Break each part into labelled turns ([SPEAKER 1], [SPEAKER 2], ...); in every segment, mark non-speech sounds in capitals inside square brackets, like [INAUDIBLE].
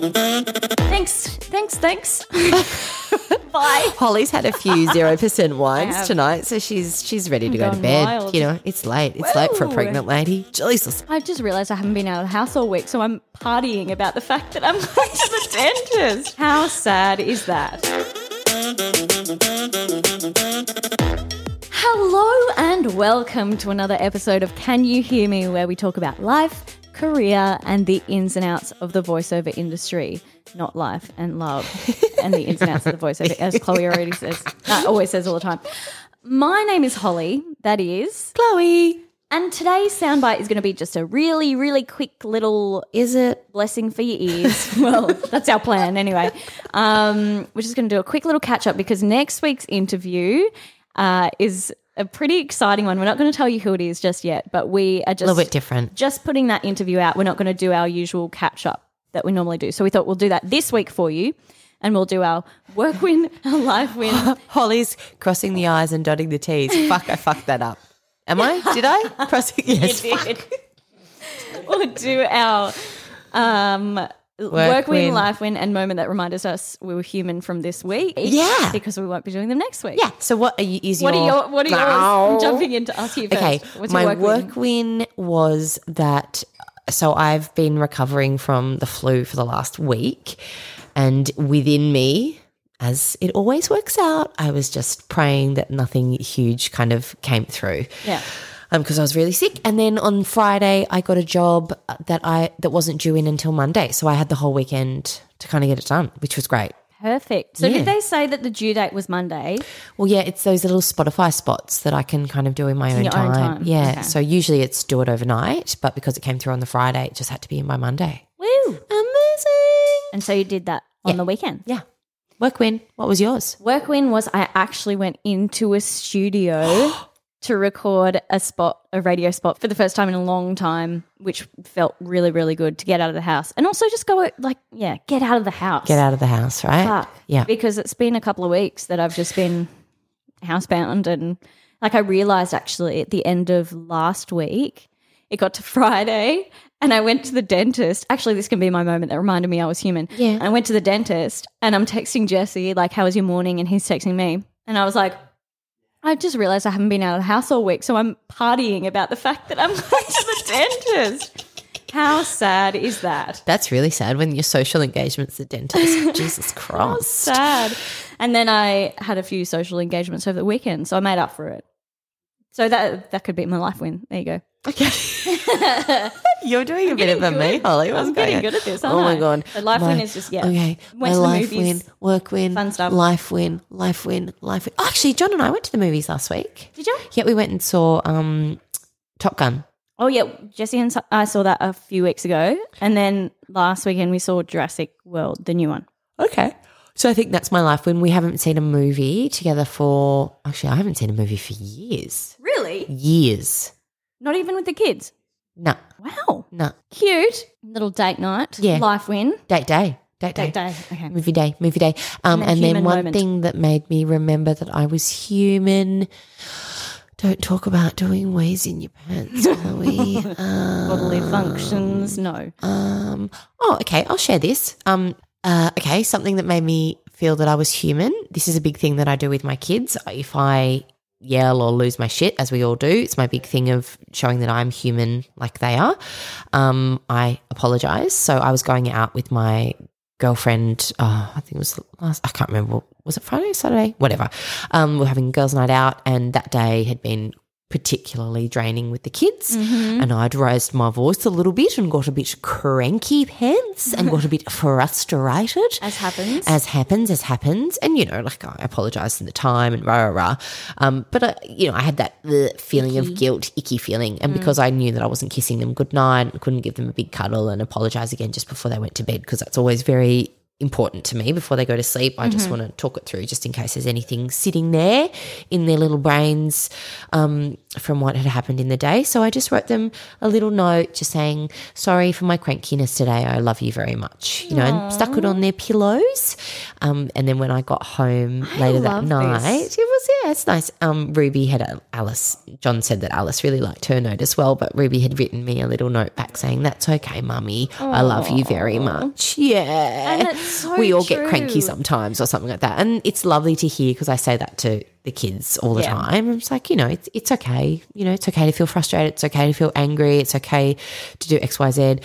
[SPEAKER 1] Thanks, thanks, thanks. Bye.
[SPEAKER 2] Holly's had
[SPEAKER 1] [LAUGHS]
[SPEAKER 2] a few zero percent
[SPEAKER 1] I
[SPEAKER 2] wines
[SPEAKER 1] have.
[SPEAKER 2] tonight, so she's she's ready to go to
[SPEAKER 1] gone
[SPEAKER 2] bed.
[SPEAKER 1] wild.
[SPEAKER 2] You know, it's late. It's late for a
[SPEAKER 1] Woo.
[SPEAKER 2] pregnant lady. Jesus.
[SPEAKER 1] I've just realised I haven't been out of the house all week, so I'm partying about the fact that I'm [LAUGHS] going to the dentist. How sad is that? Hello and welcome to another episode of Can You Hear Me, where we talk about life, career, and the ins and outs of the voiceover industry. Not life and love and the ins and outs of the voiceover, as Chloe already says, uh, always says all the time. My name is Holly, that is.
[SPEAKER 2] Chloe,
[SPEAKER 1] And today's soundbite is going to be just a really, really quick little
[SPEAKER 2] is it?
[SPEAKER 1] blessing for your
[SPEAKER 2] [LAUGHS]
[SPEAKER 1] ears. well, that's our plan anyway. Um, we're just going to do a quick little catch up because next week's interview uh, is a pretty exciting one. We're not going to tell you who it is just yet, but we are
[SPEAKER 2] A little bit
[SPEAKER 1] just
[SPEAKER 2] different.
[SPEAKER 1] just putting that interview out. We're not going to do our usual catch up that we normally do. So we thought we'll do that this week for you, and we'll do our work win, our life win.
[SPEAKER 2] Holly's crossing the I's and dotting the
[SPEAKER 1] [LAUGHS]
[SPEAKER 2] T's. Fuck, I fucked that up. Am I? Did I? Crossing
[SPEAKER 1] [LAUGHS]
[SPEAKER 2] yes. fuck.
[SPEAKER 1] we'll do our um, work, win,
[SPEAKER 2] win.
[SPEAKER 1] life win, and moment that reminded us we were human from this week.
[SPEAKER 2] Yeah.
[SPEAKER 1] because we won't be doing them next week.
[SPEAKER 2] Yeah. So what are you is
[SPEAKER 1] What are
[SPEAKER 2] your
[SPEAKER 1] your What are yours?
[SPEAKER 2] Ow.
[SPEAKER 1] I'm jumping into us here first.
[SPEAKER 2] Okay.
[SPEAKER 1] What's
[SPEAKER 2] my
[SPEAKER 1] your work, win?
[SPEAKER 2] win? was that so I've been recovering from the flu for the last week and within me as it always works out, I was just praying that nothing huge kind of came through.
[SPEAKER 1] Yeah.
[SPEAKER 2] Because I was really sick, and then on Friday I got a job that I that wasn't due in until Monday, so I had the whole weekend to kind of get it done, which was great.
[SPEAKER 1] Perfect. So
[SPEAKER 2] Yeah.
[SPEAKER 1] did they say that the due date was Monday?
[SPEAKER 2] Well, yeah, it's those little Spotify spots that I can kind of do in my own,
[SPEAKER 1] your
[SPEAKER 2] time.
[SPEAKER 1] own time.
[SPEAKER 2] Yeah.
[SPEAKER 1] Okay.
[SPEAKER 2] So usually it's do it overnight, but because it came through on the Friday, it just had to be in by Monday.
[SPEAKER 1] Woo!
[SPEAKER 2] Amazing.
[SPEAKER 1] And so you did that on
[SPEAKER 2] Yeah.
[SPEAKER 1] the weekend.
[SPEAKER 2] Yeah. Work win. What was yours?
[SPEAKER 1] Work win was I actually went into a studio to record a spot, a radio spot for the first time in a long time, which felt really, really good to get out of the house and also just go like, yeah, get out of the house.
[SPEAKER 2] Get out of the house, right?
[SPEAKER 1] Fuck.
[SPEAKER 2] Yeah.
[SPEAKER 1] Because it's been a couple of weeks that I've just been housebound and like I realized actually at the end of last week, it got to [LAUGHS] Friday and I went to the dentist. Actually, this can be my moment that reminded me I was human.
[SPEAKER 2] Yeah.
[SPEAKER 1] And I went to the dentist and I'm texting Jesse, like, how was your morning? And he's texting me. And I was like, I just realized I haven't been out of the house all week. So I'm partying about the fact that I'm [LAUGHS] going to the dentist. How sad is that?
[SPEAKER 2] That's really sad when your social engagement's the dentist. [LAUGHS]
[SPEAKER 1] [LAUGHS]
[SPEAKER 2] Jesus Christ. [LAUGHS]
[SPEAKER 1] sad. And then I had a few social engagements over the weekend, so I made up for it. So that that could be my life win. There you go.
[SPEAKER 2] Okay. You're doing a bit of a me, Holly. What's
[SPEAKER 1] I'm getting
[SPEAKER 2] going on?
[SPEAKER 1] good at this.
[SPEAKER 2] oh
[SPEAKER 1] aren't
[SPEAKER 2] my
[SPEAKER 1] I?
[SPEAKER 2] god.
[SPEAKER 1] The life
[SPEAKER 2] My-
[SPEAKER 1] win is just yeah.
[SPEAKER 2] Okay. my
[SPEAKER 1] to the
[SPEAKER 2] life win,
[SPEAKER 1] movies.
[SPEAKER 2] work win,
[SPEAKER 1] Fun stuff.
[SPEAKER 2] life win, life win, life win. Actually, John and I went to the movies last week.
[SPEAKER 1] Did you?
[SPEAKER 2] Yeah, we went and saw um, Top Gun.
[SPEAKER 1] Oh yeah, Jesse and so- I saw that a few weeks ago, and then last weekend we saw Jurassic World, the new one.
[SPEAKER 2] Okay. So I think that's my life when we haven't seen a movie together for actually I haven't seen a movie for years.
[SPEAKER 1] Really?
[SPEAKER 2] Years.
[SPEAKER 1] Not even with the kids.
[SPEAKER 2] No,
[SPEAKER 1] Wow.
[SPEAKER 2] no.
[SPEAKER 1] Cute little date night.
[SPEAKER 2] Yeah.
[SPEAKER 1] Life win.
[SPEAKER 2] Date day. Date day.
[SPEAKER 1] Date day. Okay.
[SPEAKER 2] Movie day, movie day. Um,
[SPEAKER 1] And a
[SPEAKER 2] and then
[SPEAKER 1] human
[SPEAKER 2] one
[SPEAKER 1] moment.
[SPEAKER 2] thing that made me remember that I was human. Don't talk about doing wheeze in your
[SPEAKER 1] [LAUGHS]
[SPEAKER 2] pants, Chloe. um,
[SPEAKER 1] Bodily functions. No.
[SPEAKER 2] Um, oh, okay. I'll share this. Um, uh, okay. Something that made me feel that I was human. This is a big thing that I do with my kids. If I yell or lose my shit, as we all do, it's my big thing of showing that I'm human like they are. Um, I apologize. So I was going out with my girlfriend. Uh, I think it was last, I can't remember. Was it Friday, Saturday? Whatever. Um, we we're having girls' night out, and that day had been particularly draining with the kids. And I'd raised my voice a little bit and got a bit cranky pants and got a bit frustrated.
[SPEAKER 1] As happens.
[SPEAKER 2] As happens, as happens. And, you know, like I apologized in the time and rah, rah, rah. Um, but, I, you know, I had that bleh, feeling of guilt, icky feeling. And because I knew that I wasn't kissing them goodnight and couldn't give them a big cuddle and apologize again just before they went to bed, because that's always very important to me before they go to sleep. I just want to talk it through just in case there's anything sitting there in their little brains um, from what had happened in the day. So I just wrote them a little note just saying, sorry for my crankiness today. I love you very much. You know, and stuck it on their pillows. Um, and then when I got home later that
[SPEAKER 1] love
[SPEAKER 2] night,
[SPEAKER 1] this.
[SPEAKER 2] it was, yeah, it's nice. Um, Ruby had a, Alice, John said that Alice really liked her note as well, but Ruby had written me a little note back saying, that's okay, mummy. I love you very much. Yeah
[SPEAKER 1] And it's so
[SPEAKER 2] we all get cranky
[SPEAKER 1] true.
[SPEAKER 2] sometimes or something like that. And it's lovely to hear because I say that to the kids all the
[SPEAKER 1] Yeah.
[SPEAKER 2] time. I'm just like, you know, it's, it's okay. You know, it's okay to feel frustrated. It's okay to feel angry. It's okay to do X, Y, Z.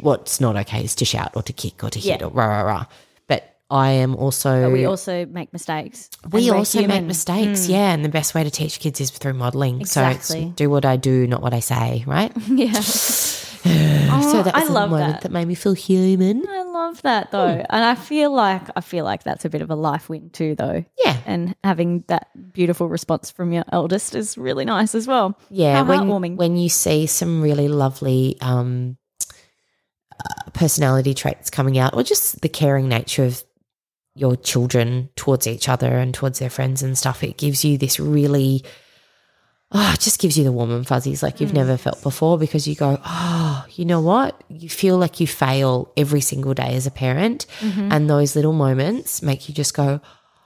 [SPEAKER 2] What's not okay is to shout or to kick or to hit
[SPEAKER 1] Yeah.
[SPEAKER 2] or rah, rah, rah. But I am also.
[SPEAKER 1] But we also make mistakes.
[SPEAKER 2] We
[SPEAKER 1] And we're
[SPEAKER 2] also make
[SPEAKER 1] human. [LAUGHS]
[SPEAKER 2] [LAUGHS]
[SPEAKER 1] Hmm.
[SPEAKER 2] mistakes, yeah. And the best way to teach kids is through modelling. So
[SPEAKER 1] Exactly.
[SPEAKER 2] it's do what I do, not what I say, right?
[SPEAKER 1] Yeah.
[SPEAKER 2] so
[SPEAKER 1] [LAUGHS] Oh,
[SPEAKER 2] that
[SPEAKER 1] I
[SPEAKER 2] was a
[SPEAKER 1] love
[SPEAKER 2] moment Hmm.
[SPEAKER 1] that.
[SPEAKER 2] that. made me feel human.
[SPEAKER 1] I love that though. And I feel like I feel like that's a bit of a life win too though.
[SPEAKER 2] Yeah.
[SPEAKER 1] And having that beautiful response from your eldest is really nice as well.
[SPEAKER 2] Yeah,
[SPEAKER 1] How
[SPEAKER 2] when
[SPEAKER 1] heartwarming.
[SPEAKER 2] when you see some really lovely um, uh, personality traits coming out, or just the caring nature of your children towards each other and towards their friends and stuff, it gives you this really, oh, it just gives you the warm and fuzzies like
[SPEAKER 1] Hmm.
[SPEAKER 2] you've never felt before because you go, oh, you know what? You feel like you fail every single day as a parent, and those little moments make you just go,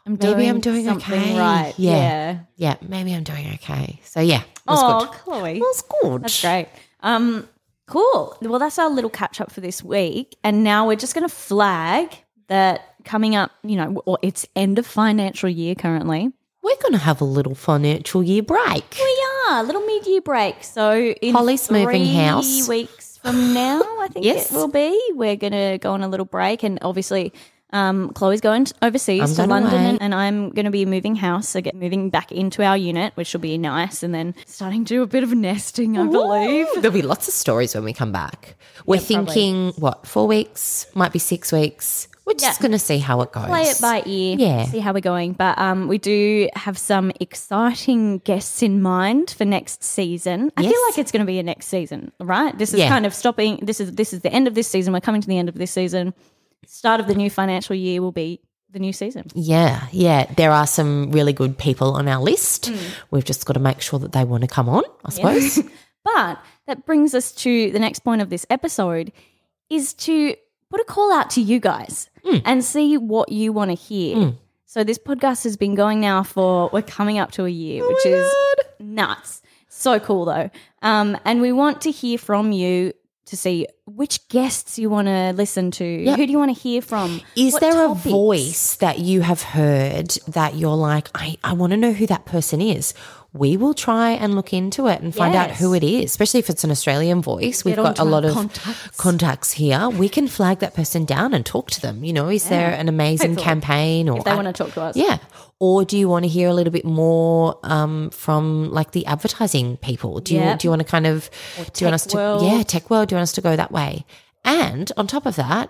[SPEAKER 1] Mm-hmm. I'm
[SPEAKER 2] Maybe I'm doing
[SPEAKER 1] something
[SPEAKER 2] okay.
[SPEAKER 1] right.
[SPEAKER 2] Yeah.
[SPEAKER 1] Yeah.
[SPEAKER 2] yeah, maybe I'm doing okay. So yeah, it was
[SPEAKER 1] Oh,
[SPEAKER 2] good.
[SPEAKER 1] Chloe.
[SPEAKER 2] It was good.
[SPEAKER 1] That's great. Um, cool. Well, that's our little catch up for this week. And now we're just going to flag that coming up, you know, well, it's end of financial year currently.
[SPEAKER 2] We're going to have a little financial year break.
[SPEAKER 1] We are a little mid year break. So in
[SPEAKER 2] Holly's
[SPEAKER 1] three
[SPEAKER 2] moving house.
[SPEAKER 1] weeks from now, I think
[SPEAKER 2] Yes.
[SPEAKER 1] it will be. We're going to go on a little break, and obviously. Um, Chloe's going t- overseas
[SPEAKER 2] I'm
[SPEAKER 1] to
[SPEAKER 2] going
[SPEAKER 1] London,
[SPEAKER 2] away.
[SPEAKER 1] and, and I'm going to be moving house, so get moving back into our unit, which will be nice, and then starting to do a bit of nesting, I believe.
[SPEAKER 2] There'll be lots of stories when we come back. We're thinking, what, four weeks? Might be six weeks. We're just
[SPEAKER 1] Yeah.
[SPEAKER 2] going to see how it goes.
[SPEAKER 1] play it by ear.
[SPEAKER 2] Yeah.
[SPEAKER 1] See how we're going. But um, we do have some exciting guests in mind for next season. I feel
[SPEAKER 2] Yes.
[SPEAKER 1] like it's going to be a next season, right? This is
[SPEAKER 2] Yeah.
[SPEAKER 1] kind of stopping. This is this is the end of this season. We're coming to the end of this season. Start of the new financial year will be the new season.
[SPEAKER 2] Yeah, yeah. There are some really good people on our list.
[SPEAKER 1] Mm.
[SPEAKER 2] We've just got to make sure that they want to come on,
[SPEAKER 1] [LAUGHS]
[SPEAKER 2] I suppose.
[SPEAKER 1] But that brings us to the next point of this episode is to put a call out to you guys
[SPEAKER 2] Hmm.
[SPEAKER 1] and see what you want to hear. So this podcast has been going now for we're coming up to a year,
[SPEAKER 2] Oh
[SPEAKER 1] which is nuts. So cool though. Um, and we want to hear from you to see which guests you want to listen to. Who do you want to hear from?
[SPEAKER 2] Is
[SPEAKER 1] What
[SPEAKER 2] there a
[SPEAKER 1] topics?
[SPEAKER 2] voice that you have heard that you're like, I, I want to know who that person is? We will try and look into it and find out
[SPEAKER 1] Yes.
[SPEAKER 2] who it is, especially if it's an Australian voice. We've got
[SPEAKER 1] onto
[SPEAKER 2] a lot
[SPEAKER 1] our
[SPEAKER 2] of
[SPEAKER 1] contacts.
[SPEAKER 2] contacts here. We can flag that person down and talk to them. You know, is there an amazing
[SPEAKER 1] Hopefully.
[SPEAKER 2] campaign or
[SPEAKER 1] If they want to talk to us.
[SPEAKER 2] yeah. Or do you want to hear a little bit more um, from like the advertising people? Do you
[SPEAKER 1] Yep.
[SPEAKER 2] do you want to kind of do you want us
[SPEAKER 1] tech
[SPEAKER 2] to
[SPEAKER 1] world.
[SPEAKER 2] yeah tech world? Do you want us to go that way? And on top of that,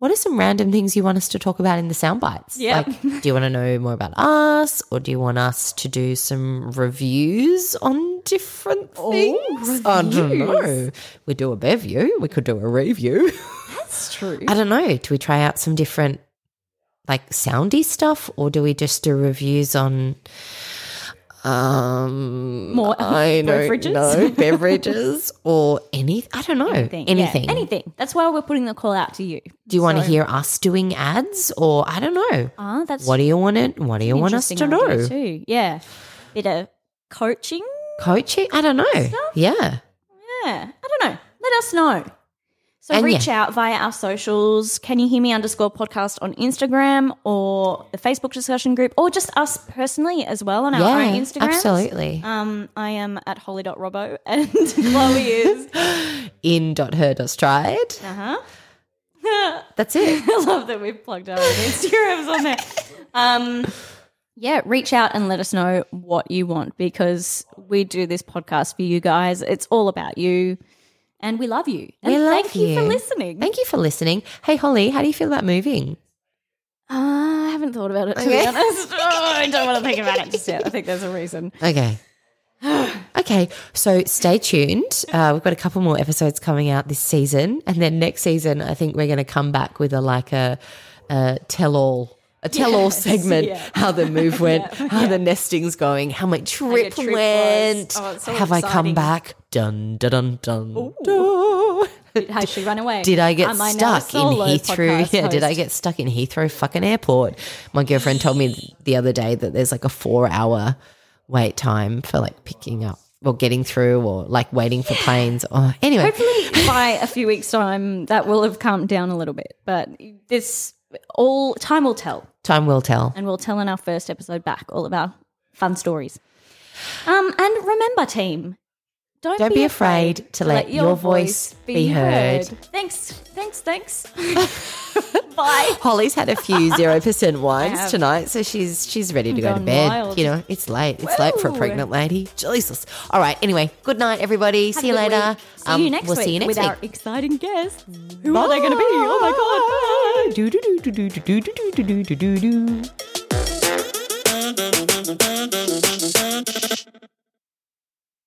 [SPEAKER 2] what are some random things you want us to talk about in the sound bites?
[SPEAKER 1] Yep.
[SPEAKER 2] Like, do you want to know more about us, or do you want us to do some reviews on different
[SPEAKER 1] Oh,
[SPEAKER 2] things? I don't know. We do a review. We could do a review.
[SPEAKER 1] That's true.
[SPEAKER 2] I don't know. Do we try out some different like soundy stuff or do we just do reviews on um
[SPEAKER 1] More
[SPEAKER 2] I don't
[SPEAKER 1] beverages? [LAUGHS]
[SPEAKER 2] know, beverages or any I don't know. Anything.
[SPEAKER 1] Anything. yeah, anything. That's why we're putting the call out to you.
[SPEAKER 2] Do you want to hear us doing ads or I don't know.
[SPEAKER 1] Ah, that's
[SPEAKER 2] What do you want it? What do you want us to
[SPEAKER 1] interesting idea
[SPEAKER 2] know?
[SPEAKER 1] Too. Yeah. Bit of coaching.
[SPEAKER 2] Coaching? I don't know. Yeah.
[SPEAKER 1] Yeah. I don't know. Let us know. So
[SPEAKER 2] And
[SPEAKER 1] reach out via our socials. Can you hear me underscore podcast on Instagram or the Facebook discussion group or just us personally as well on our
[SPEAKER 2] yeah.
[SPEAKER 1] own Instagram.
[SPEAKER 2] Absolutely.
[SPEAKER 1] Um, I am at holly.robo [LAUGHS] and Chloe
[SPEAKER 2] [LAUGHS]
[SPEAKER 1] is.
[SPEAKER 2] In dot her dot stride.
[SPEAKER 1] Uh-huh. [LAUGHS]
[SPEAKER 2] That's it.
[SPEAKER 1] I love that we've plugged our own [LAUGHS] Instagrams on there. Um, yeah, reach out and let us know what you want because we do this podcast for you guys. It's all about you, and we love you. And
[SPEAKER 2] We love
[SPEAKER 1] thank you. for
[SPEAKER 2] you.
[SPEAKER 1] listening.
[SPEAKER 2] Thank you for listening. Hey Holly, how do you feel about moving?
[SPEAKER 1] Uh, I haven't thought about it to be
[SPEAKER 2] Okay.
[SPEAKER 1] honest. [LAUGHS] Oh, I don't want to think about it just yet. I think there's a reason.
[SPEAKER 2] Okay. [SIGHS] okay. So stay tuned. Uh, we've got a couple more episodes coming out this season, and then next season, I think we're going to come back with a like a, a tell all. a tell all
[SPEAKER 1] Yes,
[SPEAKER 2] segment,
[SPEAKER 1] yeah.
[SPEAKER 2] how the move went,
[SPEAKER 1] [LAUGHS] Yeah,
[SPEAKER 2] how the nesting's going, how my trip,
[SPEAKER 1] trip was.
[SPEAKER 2] went,
[SPEAKER 1] Oh, it's so
[SPEAKER 2] have I come
[SPEAKER 1] exciting.
[SPEAKER 2] back? Dun dun dun dun. dun. [LAUGHS]
[SPEAKER 1] How she run away?
[SPEAKER 2] Did I get
[SPEAKER 1] Am now a
[SPEAKER 2] stuck in
[SPEAKER 1] solo
[SPEAKER 2] Heathrow?
[SPEAKER 1] podcast
[SPEAKER 2] Yeah, did I
[SPEAKER 1] host?
[SPEAKER 2] get stuck in Heathrow fucking airport? My girlfriend told me the other day that there's like a four hour wait time for like picking up or getting through or like waiting for planes. Or anyway,
[SPEAKER 1] Hopefully, by a few weeks' time, that will have calmed down a little bit. But this all time will tell,
[SPEAKER 2] time will tell.
[SPEAKER 1] and we'll tell in our first episode back all of our fun stories. Um, and remember, team, don't,
[SPEAKER 2] Don't be afraid to let your voice be heard.
[SPEAKER 1] Thanks, thanks, thanks. [LAUGHS] Bye.
[SPEAKER 2] Holly's had
[SPEAKER 1] [LAUGHS]
[SPEAKER 2] a few zero percent wines
[SPEAKER 1] have.
[SPEAKER 2] tonight, so she's she's ready to go to
[SPEAKER 1] gone
[SPEAKER 2] bed.
[SPEAKER 1] wild.
[SPEAKER 2] You know, it's late. It's late for a
[SPEAKER 1] Woo.
[SPEAKER 2] pregnant lady. Jesus. All right. Anyway, good night, everybody.
[SPEAKER 1] Have
[SPEAKER 2] see
[SPEAKER 1] a
[SPEAKER 2] you
[SPEAKER 1] good
[SPEAKER 2] later.
[SPEAKER 1] week.
[SPEAKER 2] Um,
[SPEAKER 1] See you next
[SPEAKER 2] we'll
[SPEAKER 1] week
[SPEAKER 2] see you next
[SPEAKER 1] with
[SPEAKER 2] week.
[SPEAKER 1] our exciting guests.
[SPEAKER 2] Oh
[SPEAKER 1] Who are they going to be? Oh my god! Bye.
[SPEAKER 2] Do do do do do do do do do do do do.